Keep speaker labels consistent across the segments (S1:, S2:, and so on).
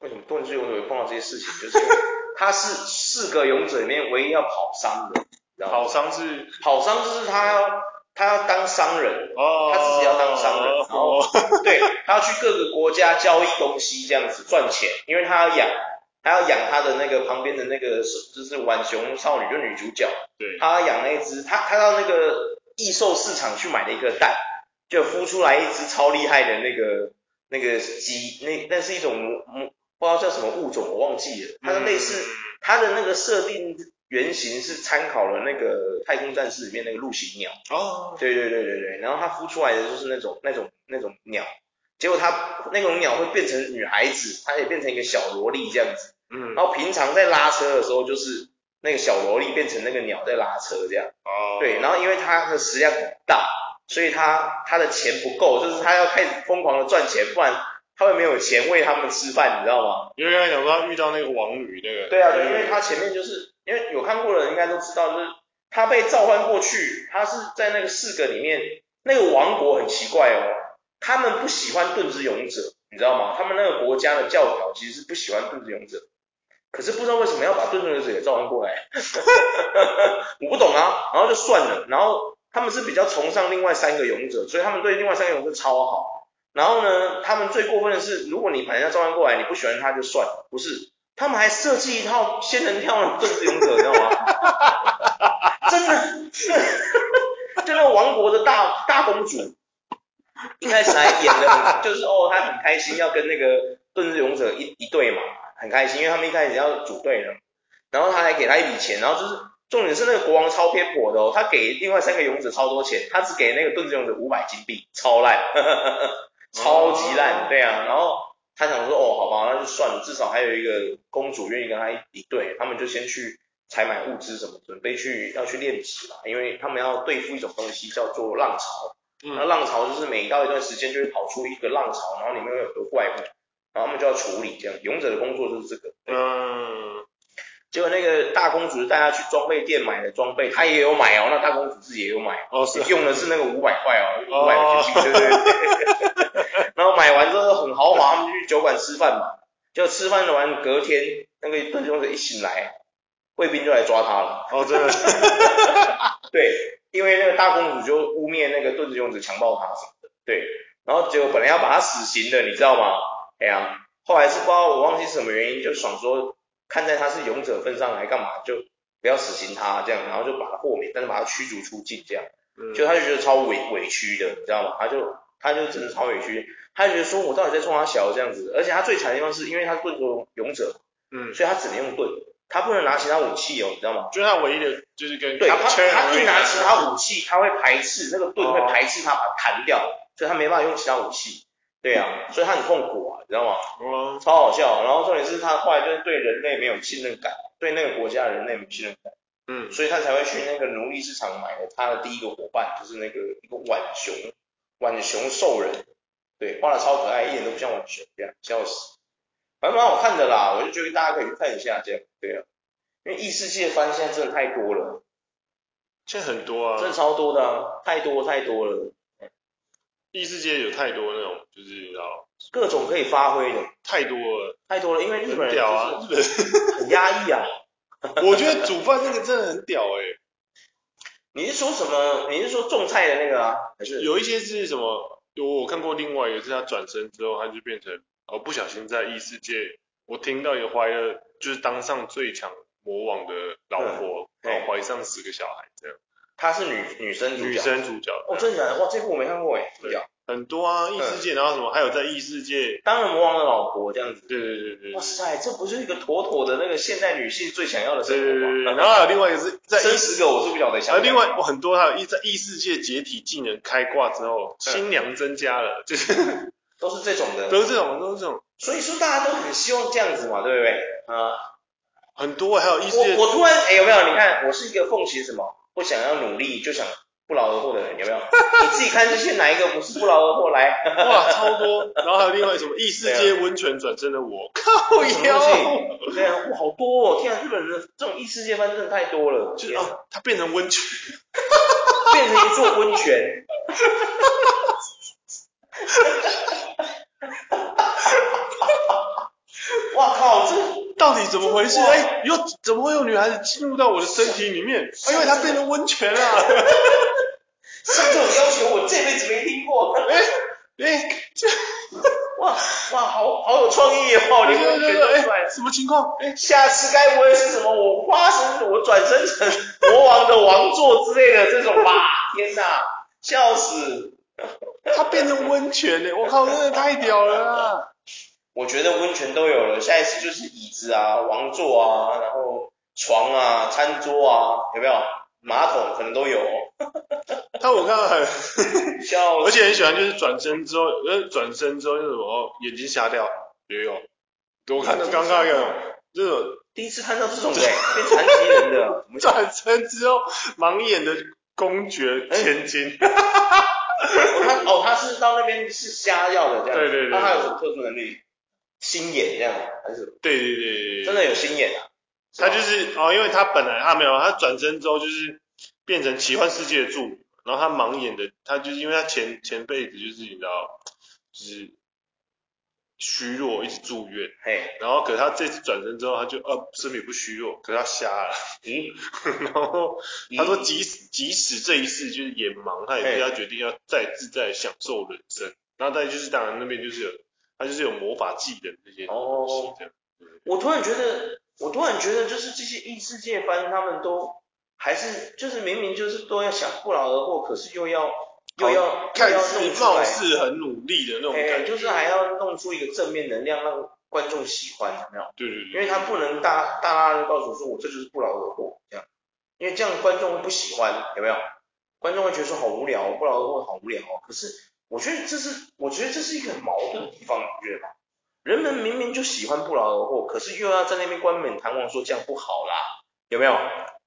S1: 为什么盾之勇者会碰到这些事情？ 就是因为他是四个勇者里面唯一要跑商的，你知道吗？
S2: 跑商是
S1: 跑商就是他要他要当商人，
S2: 哦，
S1: 他自己要当商人然后
S2: 哦
S1: 对他要去各个国家交易东西这样子赚钱，因为他要养他要养他的那个旁边的那个是就是浣熊少女就女主角，
S2: 对
S1: 他要养那一只，他他到那个异兽市场去买了一个蛋，就孵出来一只超厉害的那个那个鸡，那那是一种魔魔不知道叫什么物种，我忘记了，它
S2: 嗯
S1: 的类似。它的那个设定原型是参考了那个《太空战士》里面那个陆行鸟，
S2: 嗯哦，
S1: 对对对对对，然后它孵出来的就是那种那种那种鸟，结果它那种鸟会变成女孩子，它也变成一个小萝莉这样子，
S2: 嗯，
S1: 然后平常在拉车的时候就是那个小萝莉变成那个鸟在拉车这样，
S2: 哦，
S1: 对，然后因为它的食量很大，所以它它的钱不够，就是它要开始疯狂的赚钱，不然它会没有钱喂它们吃饭，你知道吗？
S2: 因为刚才讲说他遇到那个王女那个，
S1: 对啊，对，因为他前面就是因为有看过的人应该都知道，就是他被召唤过去，他是在那个四个里面，那个王国很奇怪哦，他们不喜欢盾之勇者，你知道吗？他们那个国家的教条其实是不喜欢盾之勇者，可是不知道为什么要把盾之勇者也召唤过来， 我不懂啊。然后就算了，然后他们是比较崇尚另外三个勇者，所以他们对另外三个勇者超好。然后呢，他们最过分的是，如果你把人家召唤过来，你不喜欢他就算了，不是，他们还设计一套仙人跳的盾之勇者，你知道吗？真的，就那个王国的大大公主，一开始还演的就是哦，她很开心要跟那个盾之勇者一一对嘛，很开心，因为他们一开始要组队了，然后他还给他一笔钱，然后就是重点是那个国王超偏颇的哦，他给另外三个勇者超多钱，他只给那个盾之勇者五百金币，超烂， 超级烂，对啊，然后他想说哦，好吧，那就算了，至少还有一个公主愿意跟他一一对，他们就先去采买物资什么，准备去要去练级嘛，因为他们要对付一种东西叫做浪潮，那
S2: 嗯，
S1: 浪潮就是每到一段时间就会跑出一个浪潮，然后里面会有很多怪物，然后他们就要处理这样，勇者的工作就是这个。
S2: 嗯，
S1: 结果那个大公主带她去装备店买的装备，她也有买哦，那大公主自己也有买，
S2: 哦是，
S1: 用的是那个五百块哦，
S2: 哦
S1: 五百美金，对对对。 然后买完之后很豪华，他们就去酒馆吃饭嘛。就吃饭完隔天，那个盾兄者一醒来，卫兵就来抓他了。
S2: 哦真的是，
S1: 对，因为那个大公主就污蔑那个盾之勇者强暴她什么的，对，然后结果本来要把她死刑的，你知道吗？哎呀、后来是不知道我忘记是什么原因，就想说看在她是勇者份上来干嘛，就不要死刑她这样，然后就把她豁免，但是把她驱逐出境这样，就
S2: 嗯
S1: 她就觉得超委委屈的，你知道吗？她就她就真的超委屈，她就觉得说我到底在冲她小这样子，而且她最惨的地方是因为她是盾之勇者，
S2: 嗯，
S1: 所以她只能用盾，她不能拿其他武器哦，你知道吗？
S2: 就是他唯一的就是跟
S1: 对他，
S2: 确认
S1: 他
S2: 而已
S1: 一拿其他武器，他会排斥那个盾会排斥他，把它弹掉，所以他没办法用其他武器。对啊，所以他很痛苦啊，你知道吗？
S2: 哦
S1: 超好笑。啊然后重点是他后来就是对人类没有信任感，对那个国家人类没有信任感，
S2: 嗯
S1: 所以他才会去那个奴隶市场买了他的第一个伙伴，就是那个一个浣熊，浣熊兽人，对，画的超可爱，一点都不像浣熊这样，笑死。反正蛮好看的啦，我就觉得大家可以去看一下这样，对啊，因为异世界番现在真的太多了。
S2: 现在很多啊，
S1: 真的超多的、啊，太多太多了，
S2: 异世界有太多那种，就是你知道，
S1: 各种可以发挥的
S2: 太多了，
S1: 太多了，因为日本
S2: 很
S1: 人
S2: 屌 啊！日本，
S1: 就是很压抑啊。
S2: 我觉得煮饭那个真的很屌哎，
S1: 你是说什么？你是说种菜的那个啊？还是
S2: 有一些是什么？我我看过另外一个是他转身之后，他就变成哦，不小心在异世界，我听到一个怀了就是当上最强魔王的老
S1: 嗯
S2: 婆，然后怀上四个小孩这样，
S1: 她是女女生主角？
S2: 女生主角
S1: 哦，真的假的？哇，这部我没看过哎，主角
S2: 很多啊，异世界，然后什么还有在异世界，
S1: 当了魔王的老婆这样子。
S2: 对对对对
S1: 哇塞，这不是一个妥妥的那个现代女性最想要的生
S2: 对对对对，
S1: 活
S2: 对
S1: 吗？
S2: 然后还有另外一个是在异
S1: 生十个我是不晓得想
S2: 而
S1: 不想。
S2: 另外我很多还有异在异世界解体技能开挂之
S1: 嗯
S2: 后，新娘增加了，就是
S1: 都是这种的，
S2: 都是这种都是这种
S1: 所以说大家都很希望这样子嘛，对不对？啊，
S2: 很多，还有异世界
S1: 我我突然哎、有没有？你看，我是一个奉行什么？不想要努力，就想不劳而获的人， 有没有？你自己看这些哪一个不是不劳而获？来，
S2: 哇超多，然后还有另外什么异世界温泉转身的我，靠
S1: 什么
S2: 腰，
S1: 东西？对啊，哇，好多哦！天啊，日本人的这种异世界番真的太多了，
S2: 就
S1: 天
S2: 哦是
S1: 啊
S2: 啊，它变成温泉，
S1: 变成一座温 泉。哇，
S2: 怎么回事？
S1: 哇
S2: 哎，又怎么会有女孩子进入到我的身体里面？啊因为她变成温泉啊 了。
S1: 像这种要求我这辈子没听过，
S2: 哎哎，这
S1: 哇哇，好好有创意哦，
S2: 对
S1: 你
S2: 对
S1: 们
S2: 对
S1: 觉得
S2: 对，
S1: 出来
S2: 哎，。什么情况？哎，
S1: 下次该不会是什么我化身我转身成魔王的王座之类的这 种吧？天哪，笑死！
S2: 她变成温泉了，我靠，真的太屌 了啊！
S1: 我觉得温泉都有了，下一次就是椅子啊、王座啊，然后床啊、餐桌啊，有没有？马桶可能都有哦，
S2: 但我看到很，
S1: 笑
S2: 而
S1: 死！
S2: 且很喜欢，就是转身之后，呃，转身之后就是什么哦眼睛瞎掉也有，我看到刚刚那个，这种
S1: 第一次看到这种的，变残疾人 的，我们哦
S2: 转身之后盲眼的公爵千金，
S1: 哎我看哦，他是到那边是瞎要的这样，
S2: 对对对
S1: 那他有什么特殊能力？心眼这样还是什么
S2: 对对对对
S1: 真
S2: 对，
S1: 的有心眼啊？
S2: 他就是哦，因为他本来他没有，他转身之后就是变成奇幻世界的助理，然后他盲眼的，他就是因为他前前辈子就是你知道，就是虚弱，一直住院，
S1: 嘿，
S2: 然后可是他这次转身之后，他就呃身体不虚弱，可是他瞎了，
S1: 咦，
S2: 然后他说
S1: 咦
S2: 即使即使这一世就是眼盲，他也
S1: 嘿
S2: 是要决定要再自在地享受人生。然后再就是当然那边就是有他就是有魔法技能这些东西
S1: 哦
S2: 这样。
S1: 我突然觉得，我突然觉得，就是这些异世界番，他们都还是就是明明就是都要想不劳而获，可是又要又要
S2: 看
S1: 又要
S2: 似
S1: 弄出
S2: 貌
S1: 来，
S2: 似很努力的那种
S1: 哎、
S2: 感觉，
S1: 就是还要弄出一个正面能量让观众喜欢，有没有？
S2: 对对
S1: 因
S2: 对，
S1: 为他不能大大大的告诉我说我这就是不劳而获这样，因为这样观众会不喜欢，有没有？观众会觉得说好无聊哦，不劳而获好无聊哦。可是我觉得这是，我觉得这是一个很矛盾的地方，你觉得吗？人们明明就喜欢不劳而获，可是又要在那边冠冕堂皇说这样不好啦，有没有？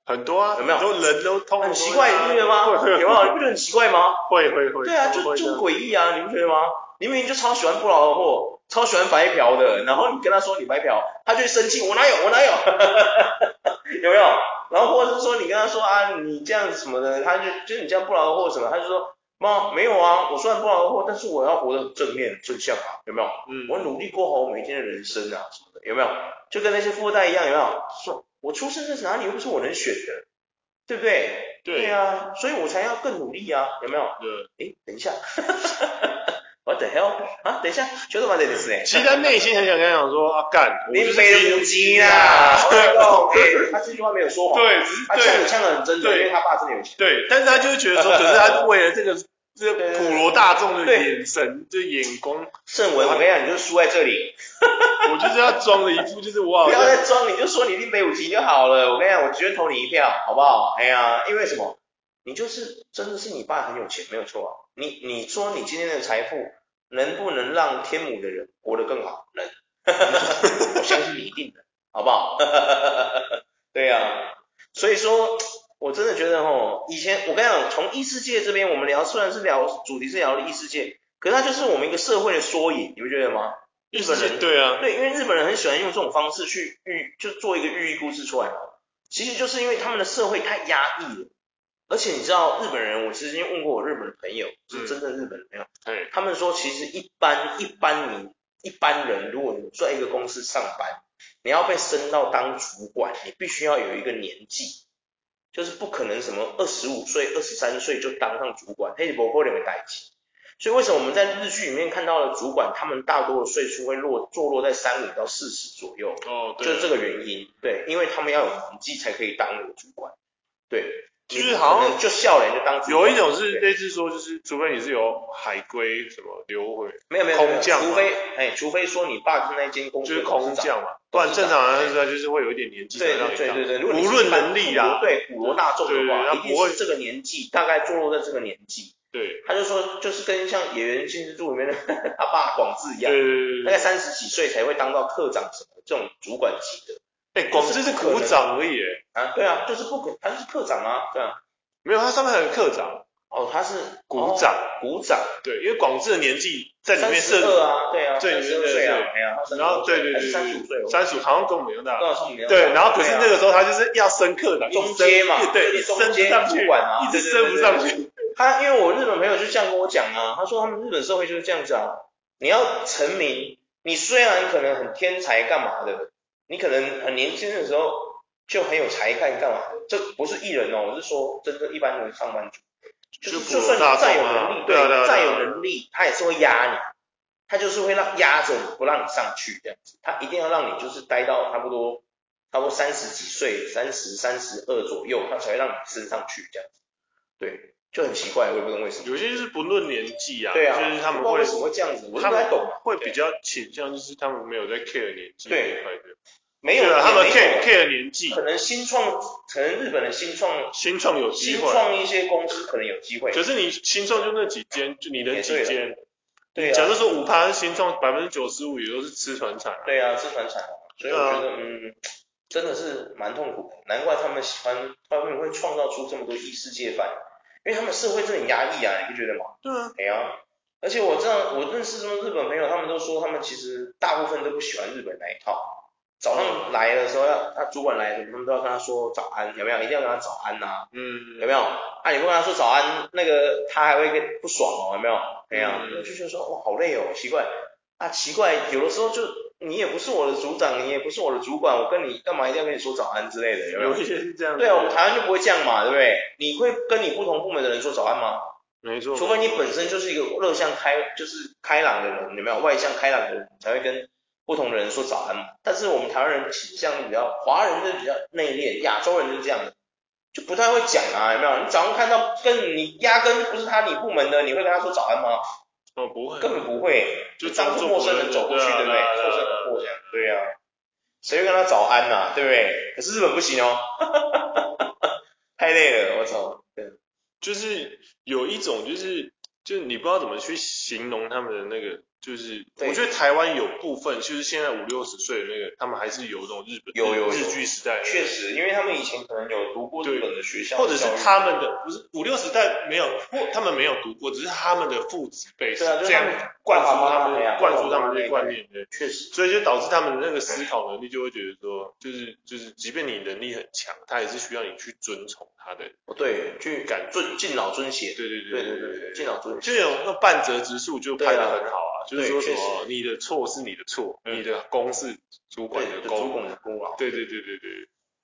S2: 很多啊，
S1: 有没有
S2: 很多人都通
S1: 很奇怪，你不觉得 吗？
S2: 会
S1: 有
S2: 会
S1: 没有？你不觉得很奇怪吗？
S2: 会会会，
S1: 对啊，就
S2: 会
S1: 就
S2: 的
S1: 很诡异啊，你不觉得吗？你明明就超喜欢不劳而获，超喜欢白嫖的，然后你跟他说你白嫖，他就会生气，我哪有我哪有，有没 有？然后或者是说你跟他说啊，你这样什么的，他就就是你这样不劳而获什么，他就说妈没有啊，我虽然不劳而获，但是我要活得很正面正向啊，有没有？
S2: 嗯，
S1: 我努力过好我每一天的人生啊什么的，有没有？就跟那些富二代一样，有没有？说我出生在哪里又不是我能选的，对不对？
S2: 对
S1: 啊，所以我才要更努力啊，有没有？
S2: 对，
S1: 诶，等一下 ，What the hell 啊？等一下，ちょっと待ってですね。
S2: 其实他内心很想跟他讲说啊干，我就是
S1: 北的母鸡啦！我跟你说啊 诶他这句话没有说谎，
S2: 对，只是
S1: 他呛你
S2: 对
S1: 呛的很真的，
S2: 对
S1: 因为他爸真的有钱。
S2: 对，但是他就会觉得说，可是他为了这个
S1: 对
S2: 这个
S1: 对
S2: 普
S1: 对
S2: 罗大众的
S1: 对
S2: 眼神，这眼光，
S1: 呃盛文，我跟你
S2: 哦
S1: 讲，你就输在这里，
S2: 我就是要装的一副就是哇，
S1: 不要再装，你就说你一定北五级就好了。我跟你讲，我绝对投你一票，好不好？哎呀，因为什么？你就是真的是你爸很有钱，没有错啊。你你说你今天的财富能不能让天母的人活得更好？能，我相信你一定能，好不好？ 对呀、所以说我真的觉得吼，以前我跟你讲，从异世界这边我们聊，虽然是聊主题是聊的异世界，可是它就是我们一个社会的缩影，你不觉得吗？日本人
S2: 对啊，
S1: 对，因为日本人很喜欢用这种方式去寓，就做一个寓意故事出来嘛。其实就是因为他们的社会太压抑了，而且你知道日本人，我之前问过我日本的朋友，就是真正日本的朋友，
S2: 对，
S1: 他们说其实一般一般你一般人，如果你在一个公司上班，你要被升到当主管，你必须要有一个年纪，就是不可能什么二十五岁、二十三岁就当上主管，黑不会两个代际。所以为什么我们在日剧里面看到的主管，他们大多的岁数会落坐落在三五到四十左右？
S2: 哦，对，
S1: 就是这个原因，对，因为他们要有年纪才可以当那个主管，对，
S2: 就是好
S1: 你
S2: 像
S1: 不可能就笑脸就当主管
S2: 有一种是
S1: 对
S2: 类似说，就是除非你是有海归什么流回，
S1: 没有没有没有
S2: 空降嘛
S1: 除非哎，除非说你爸是那间公司
S2: 就
S1: 的
S2: 是
S1: 董事
S2: 空
S1: 长，
S2: 降嘛，不然正常来说就是会有一点年纪才
S1: 对
S2: 让
S1: 对对
S2: 你当
S1: 对。对，如果你
S2: 无
S1: 是
S2: 论
S1: 一般
S2: 能力
S1: 普罗
S2: 啊
S1: 对普罗大众
S2: 对
S1: 的
S2: 对
S1: 话，
S2: 他
S1: 一
S2: 不
S1: 定
S2: 会
S1: 是这个年纪，大概坐落在这个年纪，
S2: 对
S1: 他就说就是跟像《野原新之助》里面的 他爸广志一
S2: 对
S1: 样，
S2: 对对
S1: 大概
S2: 对
S1: 三十几岁才会当到科长什么这种主管级的
S2: 对，哎，广志是股长而已，哎
S1: 啊，对啊，就是不可，他就是科长啊，对啊，
S2: 没有他上面还有科长、
S1: 哦，他是
S2: 股长，
S1: 股长。
S2: 对，因为广志的年纪在里
S1: 三
S2: 面
S1: 十二
S2: 设，
S1: 啊，对啊，三
S2: 对对
S1: 十
S2: 对
S1: 二岁啊
S2: 对，
S1: 哎呀，
S2: 然后对对对
S1: 三十五岁啊
S2: 对，
S1: 哦，
S2: 三十五好像跟我们一样大，
S1: 多少年？
S2: 对，然后可是
S1: 啊
S2: 那个时候他就是要升科长，一直
S1: 中阶嘛
S2: 升对，
S1: 就是
S2: 一直
S1: 中
S2: 升不
S1: 阶
S2: 上
S1: 主
S2: 去
S1: 管啊，
S2: 一直
S1: 对
S2: 升
S1: 对
S2: 不
S1: 对
S2: 上
S1: 对
S2: 去，
S1: 他因为我日本朋友就这样跟我讲啊，他说他们日本社会就是这样子啊，你要成名，你虽然可能很天才干嘛的，你可能很年轻的时候就很有才干，干嘛的？这不是艺人哦，我是说真正一般的上班族，就是
S2: 就
S1: 就
S2: 普罗
S1: 算
S2: 大
S1: 你再有
S2: 众啊
S1: 能力，
S2: 对啊对啊对啊
S1: 再有能力，他也是会压你，他就是会让压着你，不让你上去这样子，他一定要让你就是待到差不多差不多三十几岁，三十三十二左右，他才会让你升上去这样子，对，就很奇怪，我也不懂为什么。
S2: 有些就是不论年纪啊，
S1: 对啊，
S2: 就是他们
S1: 不知道
S2: 会
S1: 为什么会这样子，我
S2: 他
S1: 都不
S2: 们
S1: 太懂啊。
S2: 会比较倾向就是他们没有在 care 年纪
S1: 对
S2: 这一块的，
S1: 没有
S2: 对啊他们
S1: 也没有
S2: care care 年纪，
S1: 可能新创，可能日本的新创
S2: 新创有机
S1: 新
S2: 会，
S1: 创一些公司可能有机会。
S2: 可是你新创就那几间，就你能几
S1: 也对啊
S2: 间？
S1: 对
S2: 假
S1: 啊，
S2: 设说五趴是新创，百分之九十五也都是吃船产啊。
S1: 对啊，是传产啊，所以我
S2: 对啊
S1: 觉得、嗯，真的是蛮痛苦的，难怪他们喜欢，他们会创造出这么多异世界番，因为他们社会真的很压抑啊，你不觉得吗？
S2: 对啊，
S1: 哎呀，而且我这样，我认识什么日本朋友，他们都说他们其实大部分都不喜欢日本那一套。早上来的时候要，他主管来的时候，他们都要跟他说早安，有没有？一定要跟他早安呐、有
S2: 嗯，
S1: 没有？啊，你不跟他说早安，那个他还会跟不爽哦，有没有？没有，
S2: 嗯
S1: 我就觉得说哇，好累哦，奇怪啊，奇怪，有的时候就你也不是我的组长，你也不是我的主管，我跟你干嘛一定要跟你说早安之类的，有没
S2: 有
S1: 有？
S2: 一些是这样。
S1: 对啊，我们，台湾就不会这样嘛，对不对？你会跟你不同部门的人说早安吗？
S2: 没错，
S1: 除非你本身就是一个乐向开，就是开朗的人，有没有？外向开朗的人才会跟不同的人说早安嘛。但是我们台湾人倾向比较，华人就是比较内敛，亚洲人就是这样的，就不太会讲啊，有没有？你早上看到跟你压根不是他你部门的，你会跟他说早安吗？
S2: 哦不会，
S1: 根本不会，
S2: 就
S1: 当作陌生人走过去，对不对？
S2: 对啊
S1: 陌生人过这样，对啊，谁会跟他早安呐、啊对不对？可是日本不行哦， 太累了，我操，对，
S2: 就是有一种就是就是你不知道怎么去形容他们的那个，就是
S1: 对
S2: 我觉得台湾有部分就是现在五六十岁的那个，他们还是有那种日本
S1: 有有有
S2: 日剧时代的那个
S1: 确实，因为他们以前可能有读过日本的学校，
S2: 或者是
S1: 教育
S2: 他们的不是五六十代没有，或他们没有读过，只是他们的父子辈是
S1: 对啊就是
S2: 这样
S1: 他们
S2: 灌输
S1: 爸爸妈妈
S2: 他
S1: 那
S2: 们的
S1: 样
S2: 灌输他们的观念，对，
S1: 确实，
S2: 所以就导致他们的那个思考能力就会觉得说，就是就是，即便你能力很强，他也是需要你去遵从他的，
S1: 哦对，去敢尊敬老尊
S2: 对
S1: 贤，
S2: 对
S1: 对
S2: 对
S1: 对对对，
S2: 对。
S1: 敬老尊贤，
S2: 就有那半折直树就拍的很好啊，就
S1: 对啊
S2: 是说什
S1: 对
S2: 么你的错是你的错，
S1: 嗯
S2: 你的功是主管
S1: 对，
S2: 的
S1: 就主
S2: 功，
S1: 管的功劳，
S2: 对对对对对，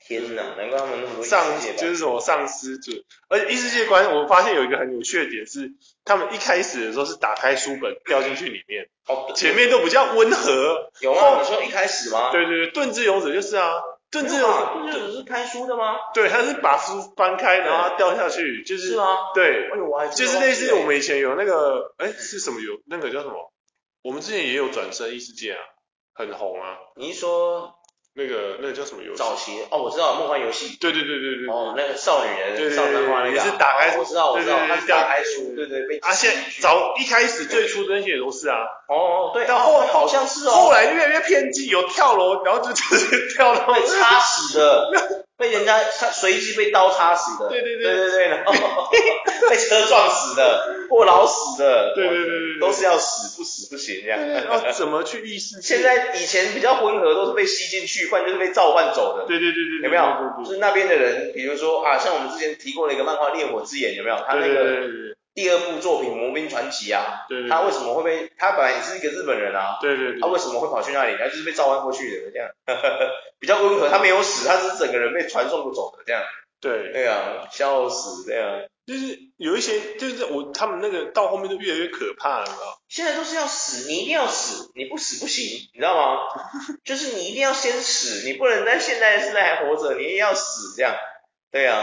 S1: 天哪，难怪他们那么多
S2: 上呃
S1: 界
S2: 就是什么丧失者，而且异世界观，我发现有一个很有趣的点是，他们一开始的时候是打开书本掉进去里面，
S1: 哦，
S2: 前面都比较温和。
S1: 有
S2: 后
S1: 啊，你说一开始吗？，
S2: 对对对，盾之勇者就是啊，盾之
S1: 这
S2: 勇
S1: 种这
S2: 者就
S1: 种是看书的吗？
S2: 对，他是把书翻开，然后他掉下去，就是啊
S1: 吗？
S2: 对
S1: 哎，呦，我还真
S2: 就
S1: 的
S2: 是类
S1: 忘记
S2: 似
S1: 了
S2: 我们以前有那个，哎，是什么有那个叫什么？我们之前也有转身异世界啊，很红啊，
S1: 你是说
S2: 那个那个叫什么游戏？
S1: 早期的哦，我知道梦幻游戏。
S2: 对对对对对。
S1: 哦，那个少女
S2: 对
S1: 人，
S2: 对对
S1: 少男画那个
S2: 也
S1: 啊，
S2: 是打开
S1: 哦我知道，我知道，
S2: 对对对
S1: 他是打开书，对对，被
S2: 啊，现在早一开始最初真也都是啊，
S1: 哦，对，
S2: 到
S1: 到
S2: 后
S1: 后好像是哦，
S2: 后来越来越偏激，有跳楼，然后就直接跳到
S1: 被插死 的，被人家插随机被刀插死的，
S2: 对对对
S1: 对对 对，然后被车撞死的，过劳死的，哦
S2: 对对对对对
S1: 都是要死，不死不行这样。
S2: 对要怎么去意识？
S1: 现在以前比较温和都是被吸进去，不然就是被召唤走的。
S2: 对对对对，
S1: 有没有？就是那边的人，比如说啊，像我们之前提过的一个漫画《烈火之眼》，有没有？他那
S2: 对对
S1: 个
S2: 对对
S1: 第二部作品《魔兵传奇》啊，
S2: 对对，
S1: 他为什么会被？他本来也是一个日本人啊，
S2: 对对
S1: 他
S2: 对
S1: 为什么会跑去那里？他就是被召唤过去的，这样比较温和，他没有死，他只是整个人被传送走的这样。
S2: 对，
S1: 对啊，笑死这样。
S2: 就是有一些就是我他们那个到后面就越来越可怕了，你知道吗？
S1: 现在都是要死，你一定要死，你不死不行，你知道吗？ 就是你一定要先死，你不能在现在现在还活着，你一定要死这样。对啊，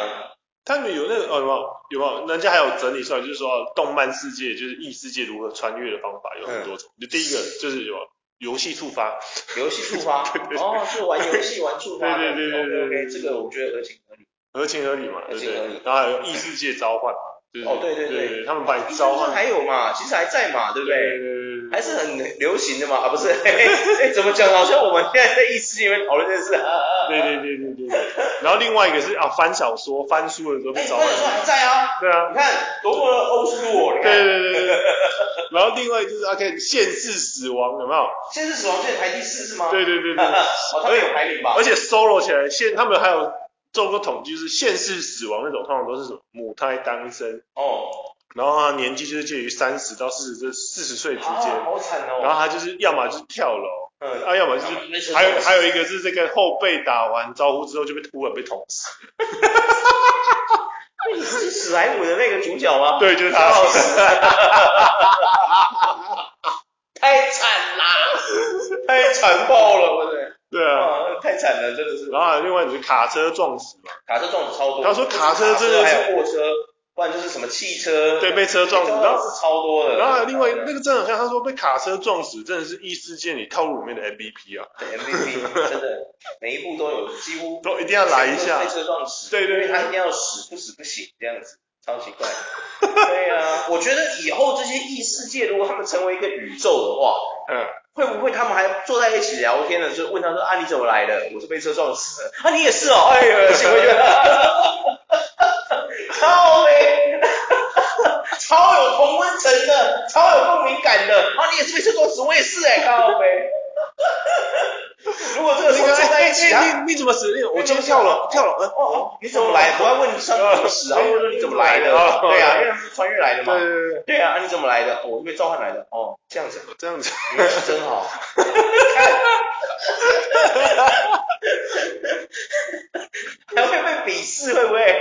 S2: 他们有那个哦，有没有？有没有？人家还有整理出来，就是说动漫世界就是异世界如何穿越的方法
S1: 嗯
S2: 有很多种。就第一个就是有游戏触发，
S1: 游戏触发， 哦，是玩游戏玩触发的，
S2: 对对对对
S1: o
S2: 对
S1: k
S2: 对
S1: 这个我觉得合情合理。
S2: 合情合理嘛，
S1: 合
S2: 对不
S1: 情合
S2: 对
S1: 理？
S2: 然后还有异世界召唤嘛，就是
S1: 哦对对对
S2: 对对，他们把你
S1: 医
S2: 召
S1: 生
S2: 唤
S1: 还有嘛，其实还在嘛，对不对？
S2: 对
S1: 还是很流行的嘛，啊不是？ 哎、怎么讲？好像我们现在在意识里面讨论这件事啊啊啊！
S2: 对对对对对对。然后另外一个是啊，翻小说、翻书的时候
S1: 哎，
S2: 被
S1: 你
S2: 召
S1: 观
S2: 唤
S1: 点说还在啊？
S2: 对啊，
S1: 你看多么的欧式路哦！你
S2: 对
S1: 看，
S2: 对对对对。然后另外就是啊，可以限制死亡，有没有？
S1: 现在是死亡线排第四是吗？
S2: 对对对对。哎
S1: 哦，他们有排名吧？
S2: 而且 solo 起来，现他们还有做过统计，就是现世死亡那种，通常都是什么母胎单身，
S1: 哦，
S2: 然后他年纪就是介于三十到四十这四十岁之
S1: 啊，
S2: 间，
S1: 好惨哦！
S2: 然后他就是要么就是跳楼，
S1: 嗯，
S2: 啊，要么就是
S1: 那些
S2: 还有
S1: 东西
S2: 还有一个是这个后背打完招呼之后就被突然被捅死，
S1: 那你是史莱姆的那个主角吗？
S2: 对，就是
S1: 张老
S2: 他。
S1: 师，太惨啦，太残暴了，我的，
S2: 对啊，
S1: 哇，太惨了，真的是。
S2: 然后还有另外就是卡车撞死嘛，
S1: 卡车撞死超多。
S2: 他说卡车真的是
S1: 还有货车，不然就是什么汽车，
S2: 对，，被车撞死。然后
S1: 是超多的。
S2: 然后还有另外那个真的很像，他说被卡车撞死，真的是异世界里套路里面的 MVP 啊，
S1: 对 MVP 真的每一部都有，几乎
S2: 都一定要来一下
S1: 被。车撞死，
S2: 对对对
S1: 因为他一定要死，不死不行这样子，超奇怪。对啊，我觉得以后这些异世界，如果他们成为一个宇宙的话，
S2: 嗯，
S1: 会不会他们还坐在一起聊天的时候，问他说啊你怎么来的？我是被车撞死的。 啊你也是哦，哎 呦，幸亏就超嘞， 超有同温层的，超有共鸣感的。啊你也是被车撞死，我也是 哎、靠呗。如果这个时候坐在一起，他啊
S2: 哎哎你你怎么死？你我今天跳楼跳楼，呃
S1: 哦，你怎么来？不要问上怎么死啊，
S2: 哦
S1: 或者说你怎么来的？
S2: 哦
S1: 对啊，因为他们是穿越来的
S2: 对
S1: 嘛。
S2: 对对，
S1: 对啊，啊你怎么来的？哦我是被召唤来的。哦，这样子，
S2: 这样子。
S1: 你运气真好。看，还会被鄙视，会不会？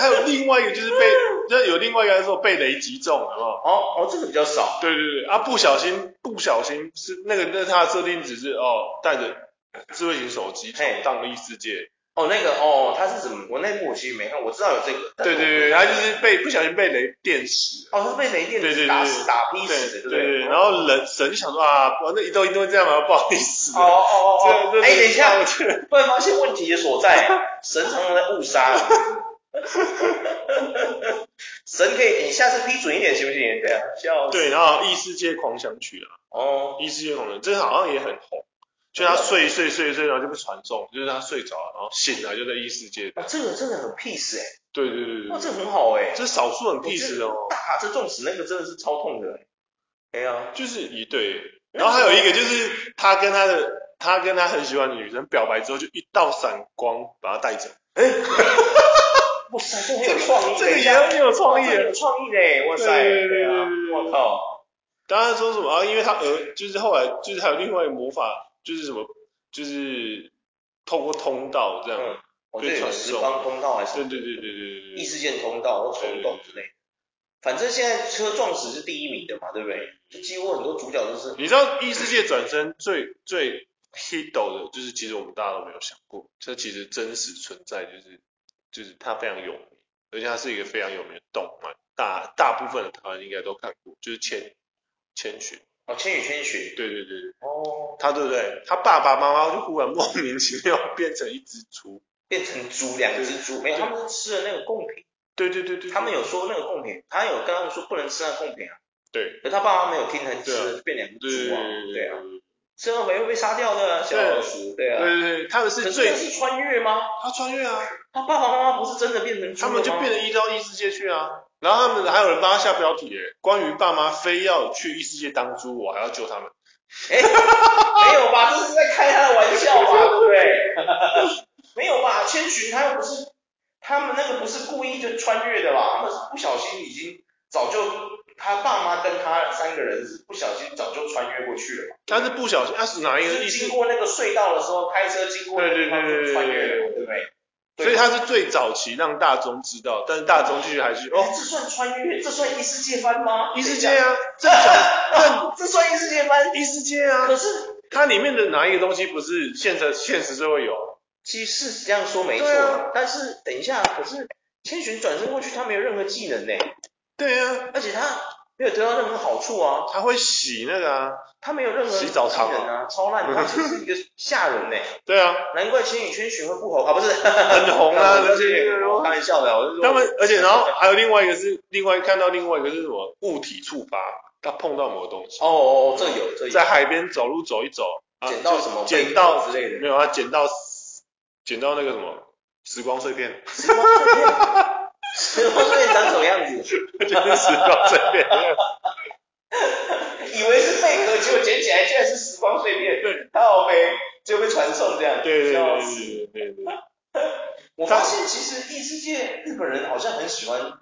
S2: 还有另外一个就是被，就是有另外一个人说被雷击中，好不好？
S1: 哦哦，这个比较少。
S2: 对对对，啊，不小心不小心是那个那他的设定只是哦带着智慧型手机
S1: 嘿
S2: 闯荡异世界，
S1: 哦，那个哦，他是怎么？我那部我其实没看，我知道有这个。但
S2: 对
S1: 是
S2: 对对，他就是被不小心被雷电死，
S1: 哦，他是被雷
S2: 对对
S1: 电
S2: 对
S1: 打死、打劈死
S2: 对
S1: 的，对不
S2: 对对，
S1: 对？
S2: 然后人神就想说啊，我那一动一动这样嘛，不好意思，
S1: 哦哦哦哦
S2: 这，
S1: 哎，等一下，
S2: 我觉得
S1: 突然发现问题的所在，神常常在误杀。神可以，你下次批准一点行不行？对啊，笑死。
S2: 对，然后异世界狂想曲啊，
S1: 哦，
S2: 异世界狂想，这个好像也很红。就他睡睡睡睡，然后就被传送，就是他睡着了，然后醒来就在异世界。
S1: 哦这个真的很 peace 哎、
S2: 对对对对
S1: 哇，
S2: 对，
S1: 这很好哎、
S2: 这少数很
S1: 我觉得
S2: peace 的哦。
S1: 大卡车撞死那个真的是超痛的、哎呀，
S2: 就是一对，然后还有一啊个就是他跟他的他跟他很喜欢的女生表白之后，就一道闪光把她带走。
S1: 哇塞，这很有创意。
S2: 这个
S1: 等一
S2: 也
S1: 下
S2: 很有创意
S1: 哇这很
S2: 耶。
S1: 有创意的、哎哇塞，
S2: 对对对
S1: 啊
S2: 对对
S1: 我靠，
S2: 当然说什么啊，因为他儿就是后来就是还有另外一个魔法，就是什么就是透过通道这样。
S1: 嗯，我这个
S2: 传
S1: 是
S2: 送
S1: 光通道还是
S2: 对对对对对对
S1: 异
S2: 对。
S1: 世界通道或虫洞之类的。反正现在车撞死是第一名的嘛，对不对？就几乎很多主角都是
S2: 你知道异世界转身最最 hit 的，就是其实我们大家都没有想过，这其实真实存在，就是就是它非常有名，而且它是一个非常有名的动漫，大大部分的台湾应该都看过，就是千千寻，
S1: 哦，千与千寻
S2: 对对对，对
S1: 哦，
S2: 他对不对？他爸爸妈妈就忽然莫名其妙变成一只猪，
S1: 变成猪两只猪，没有，他们是吃了那个贡品，
S2: 对对对对，
S1: 他们有说那个贡品，他有跟他们说不能吃那个贡品啊，
S2: 对
S1: 可他爸妈没有听他吃
S2: 对
S1: 了，变两只
S2: 对对
S1: 猪啊，
S2: 对
S1: 对啊，
S2: 对
S1: 吃了会被杀掉的小老鼠，对啊，
S2: 对对，他们
S1: 可
S2: 是
S1: 是
S2: 最
S1: 这是穿越吗？
S2: 他穿越啊，
S1: 他爸爸妈妈不是真的变成猪
S2: 他
S1: 了吗
S2: 们就变成依照异世界去啊。然后他们还有人帮他下标题耶，关于爸妈非要去异世界当猪，我还要救他们。
S1: 哎，没有吧？这是在开他的玩笑吧？对不 对？没有吧？千寻他又不是，他们那个不是故意就穿越的吧？他们是不小心已经早就他爸妈跟他三个人是不小心早就穿越过去了嘛，
S2: 但是不小心，他是哪一
S1: 就
S2: 个异
S1: 是
S2: 世
S1: 经？过那个隧道的时候，开车经过那个地方就穿越了嘛，对不对？
S2: 所以他是最早期让大众知道，但是大众继续还是
S1: 哦
S2: 哦，
S1: 这算穿越？这算异世界番吗？
S2: 异世界嗯啊，这
S1: 啊， 这算异世界番？
S2: 异世界啊
S1: 可，是
S2: 它里面的哪一个东西不是现实现实就会有？
S1: 其实是这样说没错，
S2: 对啊
S1: 但是等一下，可是千寻转身过去，他没有任何技能呢，
S2: 对啊，
S1: 而且他没有得到任何好处啊，
S2: 他会洗那个啊，
S1: 他没有任何
S2: 洗澡堂
S1: 技能啊，超烂，他就是一个吓人呢，
S2: 对啊，
S1: 难怪千与千寻会不红啊，不是
S2: 很红 啊，
S1: 我
S2: 对
S1: 是
S2: 对
S1: 我开玩笑的，啊我是说
S2: 他们，而且然后还有另外一个是，另外看到另外一个是什么？物体触发，他碰到某个东西，
S1: 哦哦，哦这有这有
S2: 在海边走路走一走，啊、
S1: 捡到什么
S2: 就捡到
S1: 贝壳之类的
S2: 没有啊，捡到捡到那个什么时光碎片，
S1: 时光碎片，时光碎片长什么样子？
S2: 就是时光碎片。
S1: 以为是贝壳，结果捡起来居然是时光碎片，
S2: 对，
S1: 太好呗，就被传送这样，
S2: 对对
S1: 笑
S2: 对
S1: 死
S2: 对对对对，
S1: 我发现其实异世界日本人好像很喜欢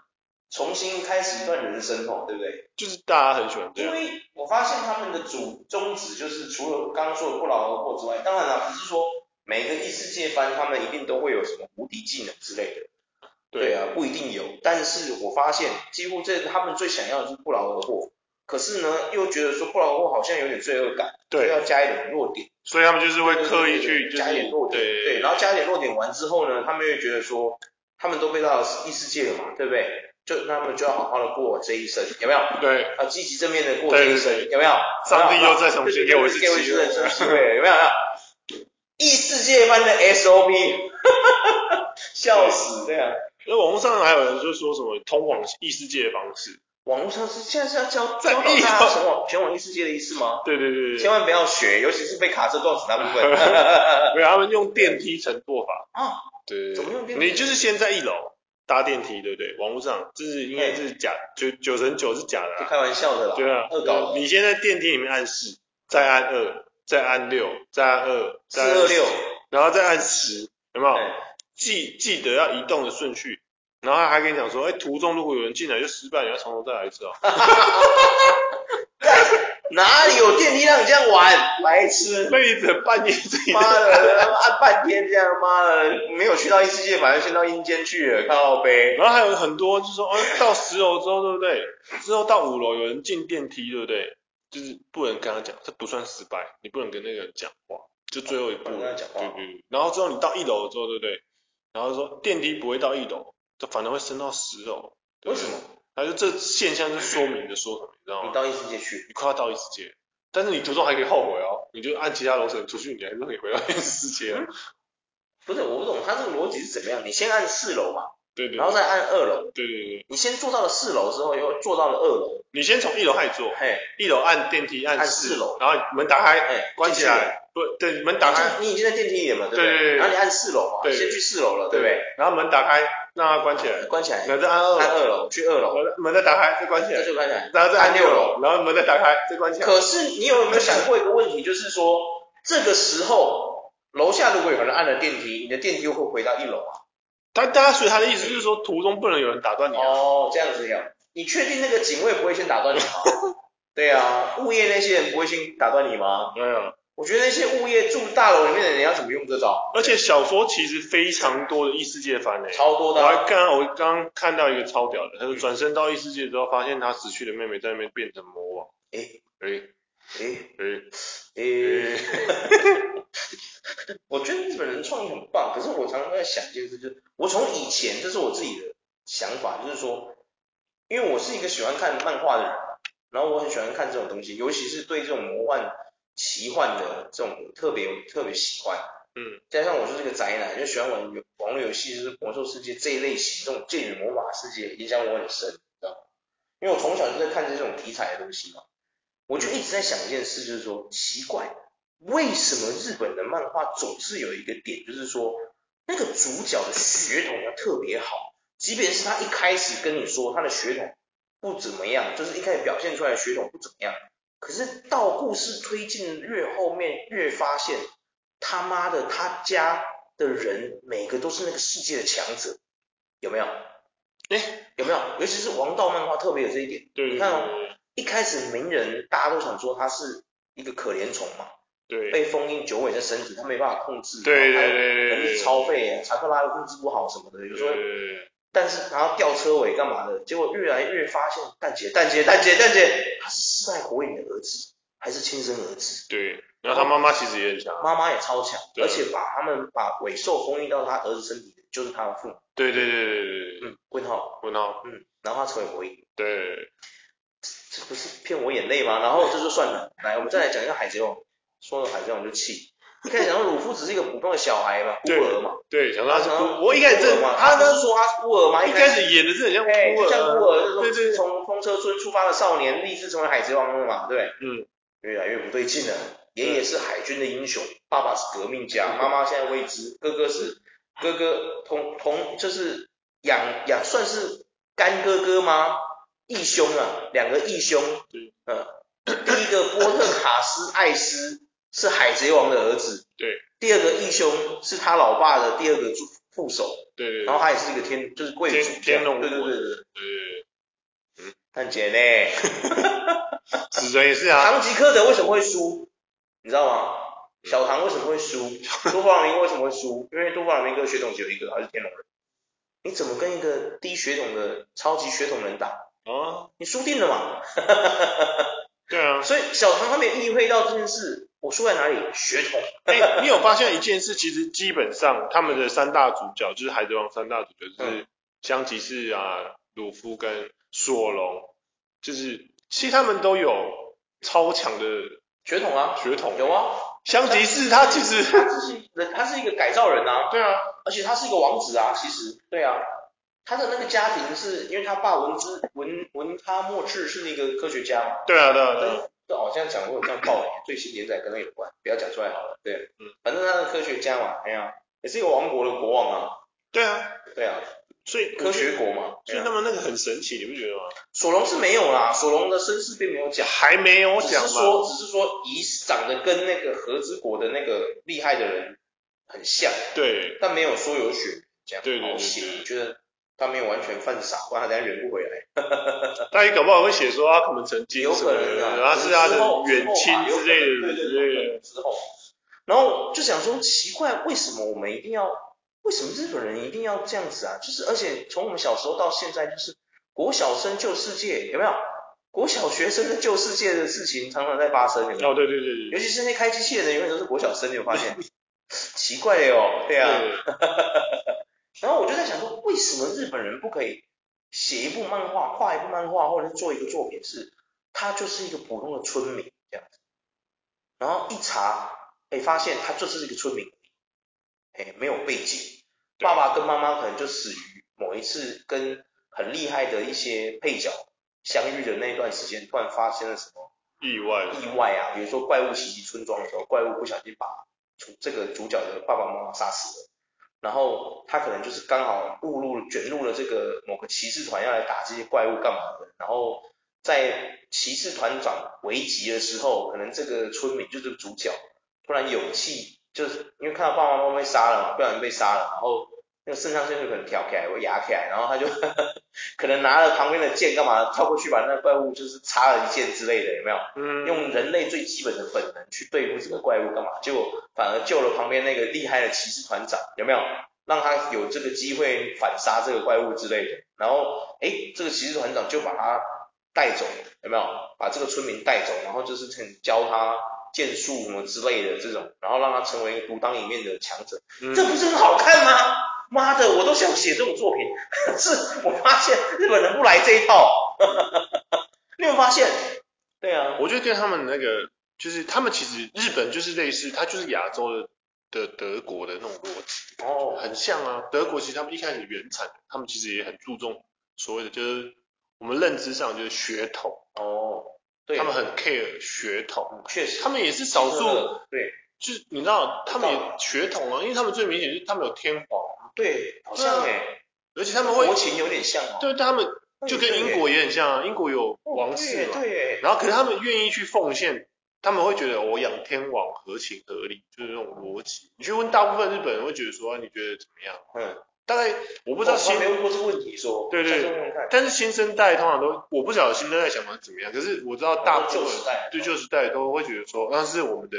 S1: 重新开始一段人生哦，对不对？
S2: 就是大家很喜欢这
S1: 因
S2: 样，
S1: 为我发现他们的主宗旨就是除了刚刚说的不劳而获之外，当然了，不是说每个异世界番他们一定都会有什么无敌技能之类的，对啊，不一定有。但是我发现几乎这他们最想要的是不劳而获，可是呢又觉得说不劳而获好像有点罪恶感，就
S2: 对，
S1: 要加一点弱点，
S2: 所以他们就是会刻意去就是
S1: 加一点弱点，
S2: 对
S1: 对，然后加一点弱点完之后呢，他们又觉得说他们都被到异世界了嘛，对不对？就那他们就要好好的过这一生，有没有？
S2: 对，
S1: 啊，积极正面的过这一生，有没有？
S2: 上帝又再重
S1: 对
S2: 新
S1: 对
S2: 给
S1: 对
S2: 我一次
S1: 给我一
S2: 机
S1: 次人
S2: 会，
S1: 生机会，有没有？有没有异世界般的 SOP，笑死！对啊，
S2: 因为网络上还有人就说什么通往异世界的方式，
S1: 网络上是现在是要教
S2: 在
S1: 教导
S2: 异
S1: 大
S2: 化
S1: 家前往前往异世界的意思吗？
S2: 对对对对
S1: 哦千
S2: 对，
S1: 万不要学，尤其是被卡车撞死那部分。
S2: 没有他们用电梯乘坐法，
S1: 啊，
S2: 对对
S1: 怎么用
S2: 对，
S1: 电梯
S2: 你就是先在一楼搭电梯，对不对？网络上这是应该是假，九九成九是假的啊
S1: 就
S2: 啦，
S1: 开玩笑的啦。
S2: 对啊
S1: 恶搞，
S2: 你先在电梯里面按四，再按二，再按六，再按二，
S1: 四
S2: 再按
S1: 二六，
S2: 然后再按十，有没有？
S1: 哎
S2: 记记得要移动的顺序，然后他还跟你讲说，哎，途中如果有人进来就失败，你要从头再来一次 哦。
S1: 哪里有电梯让你这样玩？白痴！
S2: 那你整半夜自己
S1: 妈的，他妈按半天这样，妈的，没有去到异世界，反而先到阴间去了，靠呗。
S2: 然后还有很多就是说，哦，到十楼之后，对不对？之后到五楼有人进电梯，对不对？就是不能跟他讲，这不算失败，你不能跟那个人讲话，就最后一步
S1: 哦不能跟他讲话
S2: 对对对。然后之后你到一楼之后，对不对？然后说电梯不会到一楼，它反而会升到十楼。对
S1: 为
S2: 不对
S1: 什么？？
S2: 他就这现象就说明着说什么，你知道吗
S1: 你？到异世界去？
S2: 你快要到异世界，但是你途中还可以后悔哦，你就按其他楼层出去，你还是可以回到异世界
S1: 嗯
S2: 哦。
S1: 不是，我不懂他这个逻辑是怎么样。你先按四楼嘛，
S2: 对对
S1: 然后再按二楼。
S2: 对对对，
S1: 你先做到了四楼之后，又做到了二楼，
S2: 你先从一楼开始做，
S1: 嘿，
S2: 一楼按电梯按
S1: 按
S2: 四
S1: 四楼
S2: 然后门打开，
S1: 哎，
S2: 关起
S1: 进去了。
S2: 来，对对，门打开，
S1: 你已经你已经在电梯里了嘛，对不
S2: 对对对
S1: 对？然后你按四楼嘛，
S2: 对
S1: 先去四楼了，对不对？？
S2: 然后门打开，让它关起来，
S1: 关起来，
S2: 然后再按二
S1: 按
S2: 楼，
S1: 二楼，去二楼，
S2: 然后门再打开，再关起来
S1: 再，去关起来。
S2: 然后再按
S1: 按
S2: 六
S1: 六
S2: 楼，然后门再打开，再关起来。
S1: 可是你有没有想过一个问题，就是说这个时候楼下如果有人按了电梯，你的电梯会回到一楼啊？
S2: 他大家所以他的意思就是说，途中不能有人打断你啊。
S1: 哦，这样子呀？你确定那个警卫不会先打断你吗？对啊，物业那些人不会先打断你吗？
S2: 没有，
S1: 我觉得那些物业住大楼里面的人要怎么用这招？
S2: 而且小说其实非常多的异世界番诶、欸
S1: 超多
S2: 我
S1: 的啊、
S2: 还刚我刚刚看到一个超屌的，他说转身到异世界之后，发现他死去的妹妹在那边变成魔王。
S1: 诶
S2: 诶
S1: 诶
S2: 诶
S1: 诶，
S2: 诶，
S1: 我觉得日本人创意很棒，可是我常常在想一件事，就是我从以前，这是我自己的想法，就是说，因为我是一个喜欢看漫画的人，然后我很喜欢看这种东西，尤其是对这种魔幻、奇幻的这种特别特别喜欢。
S2: 嗯，
S1: 加上我就是个宅男，就喜欢玩游网络游戏，就是魔兽世界这一类型，这种剑与魔法世界影响我很深，你知道吗？因为我从小就在看这种题材的东西嘛，我就一直在想一件事，就是说奇怪，为什么日本的漫画总是有一个点，就是说那个主角的血统要特别好，即便是他一开始跟你说他的血统不怎么样，就是一开始表现出来的血统不怎么样，可是到故事推进越后面越发现，他妈的他家的人每个都是那个世界的强者，有没有？
S2: 诶
S1: 有没有？尤其是王道漫画特别有这一点。你
S2: 对对
S1: 看哦一开始鸣人大家都想说他是一个可怜虫嘛，
S2: 对对
S1: 被封印九尾的身体，他没办法控制，
S2: 对对
S1: 然后他
S2: 对
S1: 能
S2: 对
S1: 力超废，查克拉又控制不好什么的，有时候，
S2: 对，
S1: 但是然后吊车尾干嘛的，结果越来越发现蛋姐蛋姐蛋姐蛋姐，他是四代火影的儿子，还是亲生儿子，
S2: 对，然后他妈妈其实也很强，
S1: 妈妈也超强，
S2: 对
S1: 而且把他们把尾兽封印到他儿子身体的就是他的父母，
S2: 对对对对对对，
S1: 嗯，问号，
S2: 问号，
S1: 嗯，然后他成为火影，
S2: 对，
S1: 这不是骗我眼泪吗？然后这就算了，来，我们再来讲一个海贼王。说了海贼王就气，一开始想说鲁夫只是一个普通的小孩嘛，孤
S2: 对
S1: 儿嘛，
S2: 对，想到他是
S1: 然后
S2: 孤，我一开始真
S1: 孤儿嘛，
S2: 的，
S1: 他
S2: 他
S1: 不
S2: 呢
S1: 是说他是孤儿吗？
S2: 一
S1: 开
S2: 开
S1: 始
S2: 始演的是很像孤
S1: 哎，就像孤
S2: 儿
S1: 儿，
S2: 啊，
S1: 就
S2: 对
S1: 是
S2: 对，
S1: 从风车村出发的少年，立志成为海贼王了嘛，对不对？
S2: 嗯，
S1: 越来越不对劲了。爷爷是海军的英雄，爸爸是革命家，
S2: 嗯
S1: 妈妈现在未知，哥哥是哥哥同同就是养养算是干哥哥吗？义兄啊，两个义兄
S2: 对，
S1: 嗯，第一个波特卡斯艾斯是海贼王的儿子，
S2: 对，
S1: 第二个义兄是他老爸的第二个助副手，
S2: 对对对
S1: 然后他也是一个天，就是贵族
S2: 天天龙
S1: 对对
S2: 国
S1: 对对，
S2: 对对
S1: 但姐呢，
S2: 对，死神也是啊，
S1: 堂吉诃德为什么会输？你知道吗？小唐为什么会输？多弗朗明为什么会输？因为多弗朗明跟血统只有一个，他是天龙人。你怎么跟一个低血统的超级血统人打？
S2: 哦，
S1: 你输定了嘛！
S2: 对啊，
S1: 所以小唐他没有意会到这件事，我输在哪里？血统。
S2: 哎、你有发现一件事？其实基本上他们的三大主角就是《海贼王》三大主角，
S1: 嗯
S2: 就是香吉士啊、鲁夫跟索隆，就是其实他们都有超强的
S1: 血统啊，
S2: 血统。
S1: 有啊，
S2: 香吉士他其实
S1: 他就是人，他是一个改造人啊，
S2: 对啊，
S1: 而且他是一个王子啊，其实对啊，他的那个家庭是因为他爸文之文文他墨志是那个科学家嘛，
S2: 对啊，对啊，对啊，
S1: 呃这好像讲过这样爆雷，最新连载跟那有关，不要讲出来好了，对，
S2: 嗯
S1: 反正他是科学家嘛，哎呀、也是一个王国的国王啊，
S2: 对啊，
S1: 对啊，
S2: 所以
S1: 科学，国嘛，
S2: 所以
S1: 对
S2: 他
S1: 啊
S2: 们那个很神奇，你不觉得吗？
S1: 索隆是没有啦，索隆的身世并没有讲。
S2: 还没有
S1: 我只
S2: 讲
S1: 是
S2: 嘛，
S1: 说，只是说，遗长得跟那个和之国的那个厉害的人很像，
S2: 对，
S1: 但没有说有血这样，
S2: 对对对
S1: 好险
S2: 对
S1: 我觉得他没有完全犯傻，不然他等下圆不回来。
S2: 大家搞不好会写说他可能曾经
S1: 有
S2: 什
S1: 可
S2: 么
S1: 能啊，
S2: 然后是他的
S1: 之后
S2: 远亲之类
S1: 之后吧有可能对
S2: 的
S1: 对
S2: 之
S1: 对
S2: 类
S1: 对
S2: 的，
S1: 之后，然后就想说奇怪，为什么我们一定要，为什么日本人一定要这样子啊？就是而且从我们小时候到现在，就是国小生救世界，有没有？国小学生的救世界的事情常常在发生，有没有？
S2: 哦，对对对
S1: 尤
S2: 对，
S1: 其是那开机器人的永远都是国小生，你有发现？奇怪的哦，对啊。
S2: 对
S1: 然后我就在想说，为什么日本人不可以写一部漫画、画一部漫画，或者是做一个作品是，他就是一个普通的村民这样子。然后一查，哎，发现他就是一个村民，哎，没有背景。爸爸跟妈妈可能就死于某一次跟很厉害的一些配角相遇的那段时间，突然发生了什么
S2: 意外，
S1: 意外啊，比如说怪物袭击村庄的时候，怪物不小心把主这个主角的爸爸妈妈杀死了，然后他可能就是刚好误入卷入了这个某个骑士团要来打这些怪物干嘛的，然后在骑士团长危急的时候，可能这个村民就是主角，突然勇气就是因为看到爸爸妈妈被杀了嘛，不小心被杀了，然后那个肾上腺素可能跳起来或压起来，然后他就 可能拿了旁边的剑干嘛跳过去把那怪物就是插了一剑之类的，有没有？
S2: 嗯，
S1: 用人类最基本的本能去对付这个怪物干嘛？结果反而救了旁边那个厉害的骑士团长，有没有？让他有这个机会反杀这个怪物之类的。然后，诶，这个骑士团长就把他带走，有没有？把这个村民带走，然后就是很教他剑术什么之类的这种，然后让他成为一个独当一面的强者。
S2: 嗯
S1: 这不是很好看吗？妈的，我都想写这种作品， 可是我发现日本人不来这一套。 你有没有发现？对啊，
S2: 我觉得跟他们那个，就是他们其实日本就是类似，它就是亚洲的的德国的那种逻辑，
S1: 哦，
S2: 很像啊。德国其实他们一开始原产，他们其实也很注重所谓的就是我们认知上就是血统，
S1: 哦，对，
S2: 他们很 care 血统，
S1: 确实，
S2: 他们也是少
S1: 说
S2: 数，
S1: 的对
S2: 就是你知道他们也血统啊，因为他们最明显就是他们有天皇，
S1: 对，好像
S2: 对
S1: 哎、
S2: 啊
S1: 欸，
S2: 而且他们会
S1: 国情有点像哦，
S2: 对他们就跟英国
S1: 一
S2: 也很像啊，英国有
S1: 样，
S2: 王室嘛，
S1: 对耶，
S2: 然后可是他们愿意去奉献，他们会觉得我养天王合情合理，就是那种逻辑。你去问大部分日本人会觉得说，啊你觉得怎么样？
S1: 嗯，哦
S2: 大概我不知道
S1: 我从
S2: 新
S1: 来，没问过这个问题说，
S2: 对对
S1: 下次问问看，
S2: 但是新生代通常都我不晓得新生代想法怎么样，可是我知道大部分
S1: 旧时代
S2: 对旧时代都会觉得说，那是我们的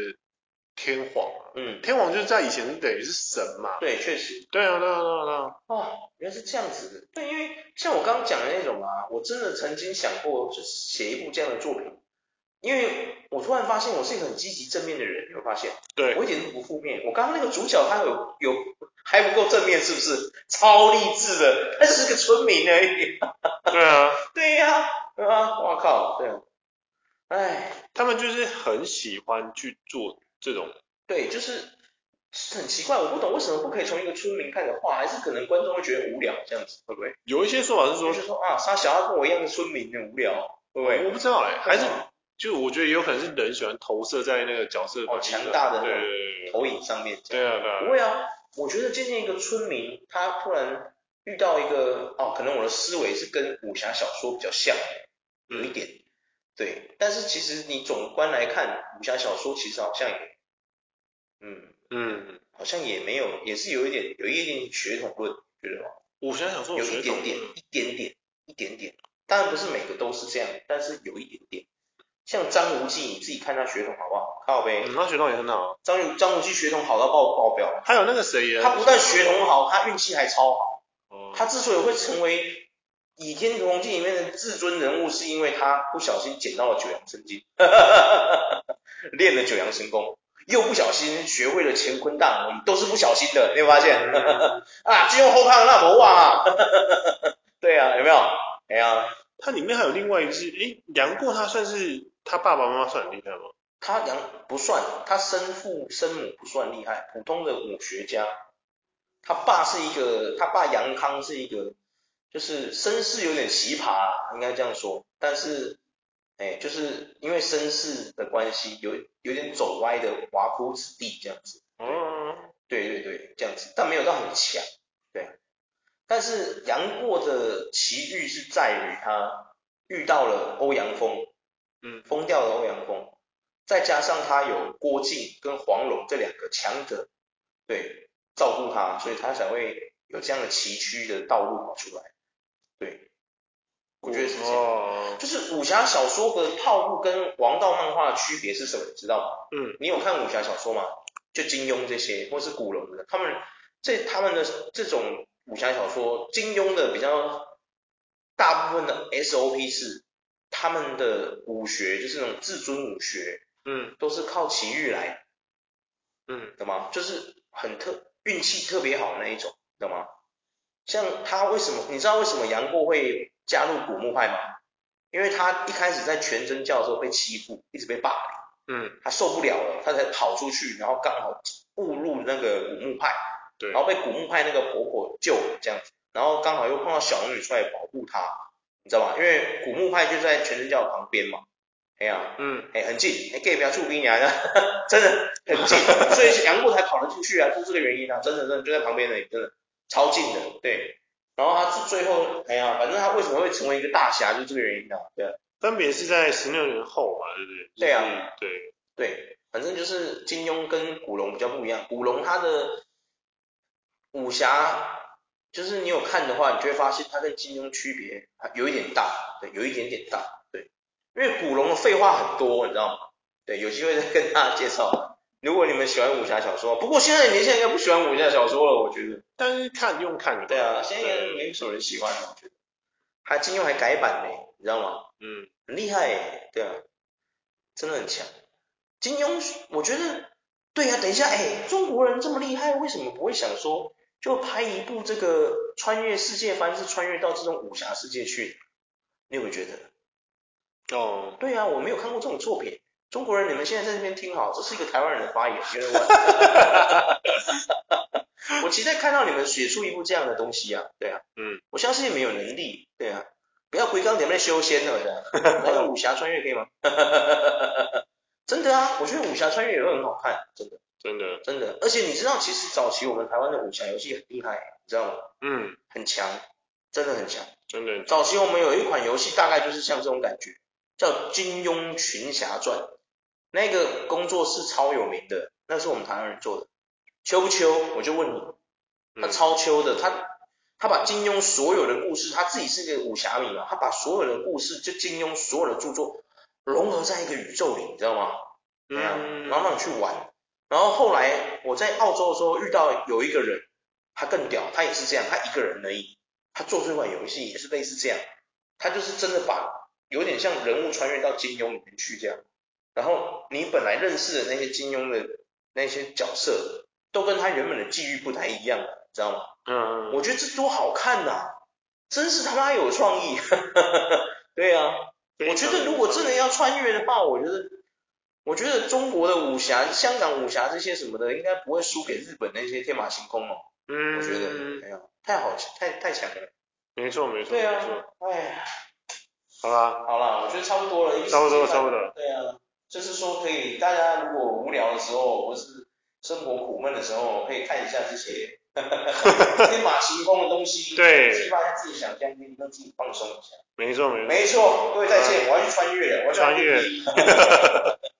S2: 天皇啊，
S1: 嗯，
S2: 天皇就是在以前是等于是神嘛。
S1: 对，确实，
S2: 对啊，对啊，对啊，对啊，
S1: 哦，原来是这样子的，对，因为像我刚刚讲的那种啊，我真的曾经想过，就是写一部这样的作品，因为我突然发现我是一个很积极正面的人，你会发现，
S2: 对
S1: 我一点都不负面。我刚刚那个主角他有有还不够正面，是不是？超励志的，他只是个村民而已。
S2: 对啊，
S1: 对呀、对啊，我靠，对啊，哎，
S2: 他们就是很喜欢去做这种，
S1: 对，就是是很奇怪，我不懂为什么不可以从一个村民开始画，还是可能观众会觉得无聊这样子，会不会？
S2: 有一些说法是
S1: 就
S2: 说
S1: 是，说啊，杀小孩跟我一样的村民很无聊，会不
S2: 我
S1: 会？
S2: 不知道哎、还是
S1: 对啊
S2: 就我觉得也有可能是人喜欢投射在那个角色
S1: 哦
S2: 反应上
S1: 强大的
S2: 对
S1: 那种
S2: 对对
S1: 投影上面这样，
S2: 对啊
S1: 不
S2: 对啊，
S1: 会啊，我觉得渐渐一个村民他突然遇到一个哦，可能我的思维是跟武侠小说比较像，有一
S2: 嗯，
S1: 点，对，但是其实你总观来看，武侠小说其实好像也，嗯。
S2: 嗯，
S1: 好像也没有，也是有一点有一点血统论，觉得吗？
S2: 我现在想说，我
S1: 有一
S2: 学
S1: 点
S2: 懂
S1: 点
S2: 了，，
S1: 一点点，一点点。当然不是每个都是这样，但是有一点点。像张无忌，你自己看他血统好不好？靠呗
S2: 嗯，，他学懂也很好啊。
S1: 张无张无忌血统好到爆爆表，
S2: 还有那个谁也，
S1: 他不但血统好，他运气还超好。
S2: 哦
S1: 他之所以会成为《倚天屠龙记》里面的至尊人物，是因为他不小心捡到了九阳真经， 练了九阳神功，又不小心学会了乾坤大挪移，都是不小心的，你有没有发现？ 啊，只有后康那魔啊， 对啊，有没有？哎呀，
S2: 他里面还有另外一只，诶，杨过他算是他爸爸妈妈算很厉害吗？
S1: 他两不算，他生父生母不算厉害，普通的武学家。他爸是一个，他爸杨康是一个，就是身世有点奇葩啊，应该这样说。但是，哎，就是因为身世的关系，有有点走歪的华夫子弟这样子。
S2: 哦，
S1: 对对对，这样子，但没有到很强，对。但是杨过的奇遇是在于他遇到了欧阳锋，
S2: 嗯，
S1: 疯掉的欧阳锋，再加上他有郭靖跟黄蓉这两个强者，对，照顾他，所以他才会有这样的崎岖的道路跑出来。对，我觉得是这样。
S2: 哦，
S1: 就是武侠小说的套路跟王道漫画的区别是什么，你知道吗？
S2: 嗯，
S1: 你有看武侠小说吗？就金庸这些，或是古龙的，他们这他们的这种武侠小说，金庸的比较大部分的 SOP 是他们的武学，就是那种至尊武学，
S2: 嗯
S1: 都是靠奇遇来，
S2: 嗯，
S1: 懂吗？就是很特运气特别好那一种，懂吗？像他为什么，你知道为什么杨过会加入古墓派吗？因为他一开始在全真教的时候被欺负，一直被霸凌。
S2: 嗯，
S1: 他受不了了，他才跑出去，然后刚好误入那个古墓派，
S2: 对
S1: 然后被古墓派那个婆婆救了这样子，然后刚好又碰到小龙女出来保护他，你知道吗？因为古墓派就在全真教旁边嘛，哎呀、
S2: 嗯，
S1: 哎、很近，哎、gay 不要住逼你啊，真的很近，所以杨过才跑得出去啊，就这个原因啊，真的真的就在旁边而已，真的超近的，对。然后他是最后，哎呀，反正他为什么会成为一个大侠，就这个原因啊，对啊。
S2: 分别是在十六年后嘛，对不对？
S1: 对啊
S2: 就是，对，
S1: 对，反正就是金庸跟古龙比较不一样。古龙他的武侠，就是你有看的话，你就会发现他跟金庸区别有一点大，对，有一点点大，对。因为古龙的废话很多，你知道吗？对，有机会再跟大家介绍。啊如果你们喜欢武侠小说，不过现在年轻人应该不喜欢武侠小说了，我觉得。
S2: 但是看用看的，
S1: 对啊，现在应该没什么人喜欢了，我觉得。还金庸还改版呢，你知道吗？
S2: 嗯，
S1: 很厉害耶，对啊，真的很强。金庸，我觉得，对啊，等一下，哎，中国人这么厉害，为什么不会想说就拍一部这个穿越世界，凡是穿越到这种武侠世界去？你有没有觉得？
S2: 哦，
S1: 对啊，我没有看过这种作品。中国人，你们现在在这边听好，这是一个台湾人的发言，觉得我，我 期待看到你们写出一部这样的东西啊，对啊，
S2: 嗯，
S1: 我相信你们有能力，对啊，不要回纲里面修仙了，对 啊来个武侠穿越可以吗？ 真的啊，我觉得武侠穿越也会很好看，真的
S2: 真的，
S1: 真的，而且你知道，其实早期我们台湾的武侠游戏很厉害，你知道吗？
S2: 嗯，
S1: 很强，真的很强。
S2: 真的，
S1: 早期我们有一款游戏，大概就是像这种感觉，叫《金庸群侠传》，那个工作室超有名的，那是我们台湾人做的。秋不秋？我就问你，他
S2: 嗯
S1: 超秋的，他他把金庸所有的故事，他自己是个武侠迷嘛，他把所有的故事，就金庸所有的著作融合在一个宇宙里，你知道吗？嗯，
S2: 嗯，
S1: 然后让你去玩。然后后来我在澳洲的时候遇到有一个人，他更屌，他也是这样，他一个人而已，他做这款游戏也是类似这样，他就是真的把有点像人物穿越到金庸里面去这样。然后你本来认识的那些金庸的那些角色，都跟他原本的际遇不太一样了，你知道吗？
S2: 嗯，
S1: 我觉得这多好看呐、真是他妈有创意。 对啊，我觉得如果真的要穿越的话，我觉得，我觉得中国的武侠、香港武侠这些什么的，应该不会输给日本那些天马行空哦。
S2: 嗯，
S1: 我觉得，哎呀，太好，太太强了。
S2: 没错没错，
S1: 对
S2: 没错
S1: 啊，哎呀，
S2: 好啦，
S1: 好啦，我觉得差不多了，一个
S2: 差不多
S1: 时间
S2: 差不
S1: 半
S2: 多，
S1: 对啊，就是说可以，大家如果无聊的时候，或是生活苦闷的时候，可以看一下这 些天马行空的东西，
S2: 对
S1: 激发一下自己想象力，让自己放松一下。
S2: 没错没错。嗯
S1: 没错，各位再见，我要去穿越了，我要去
S2: 穿越
S1: 当兵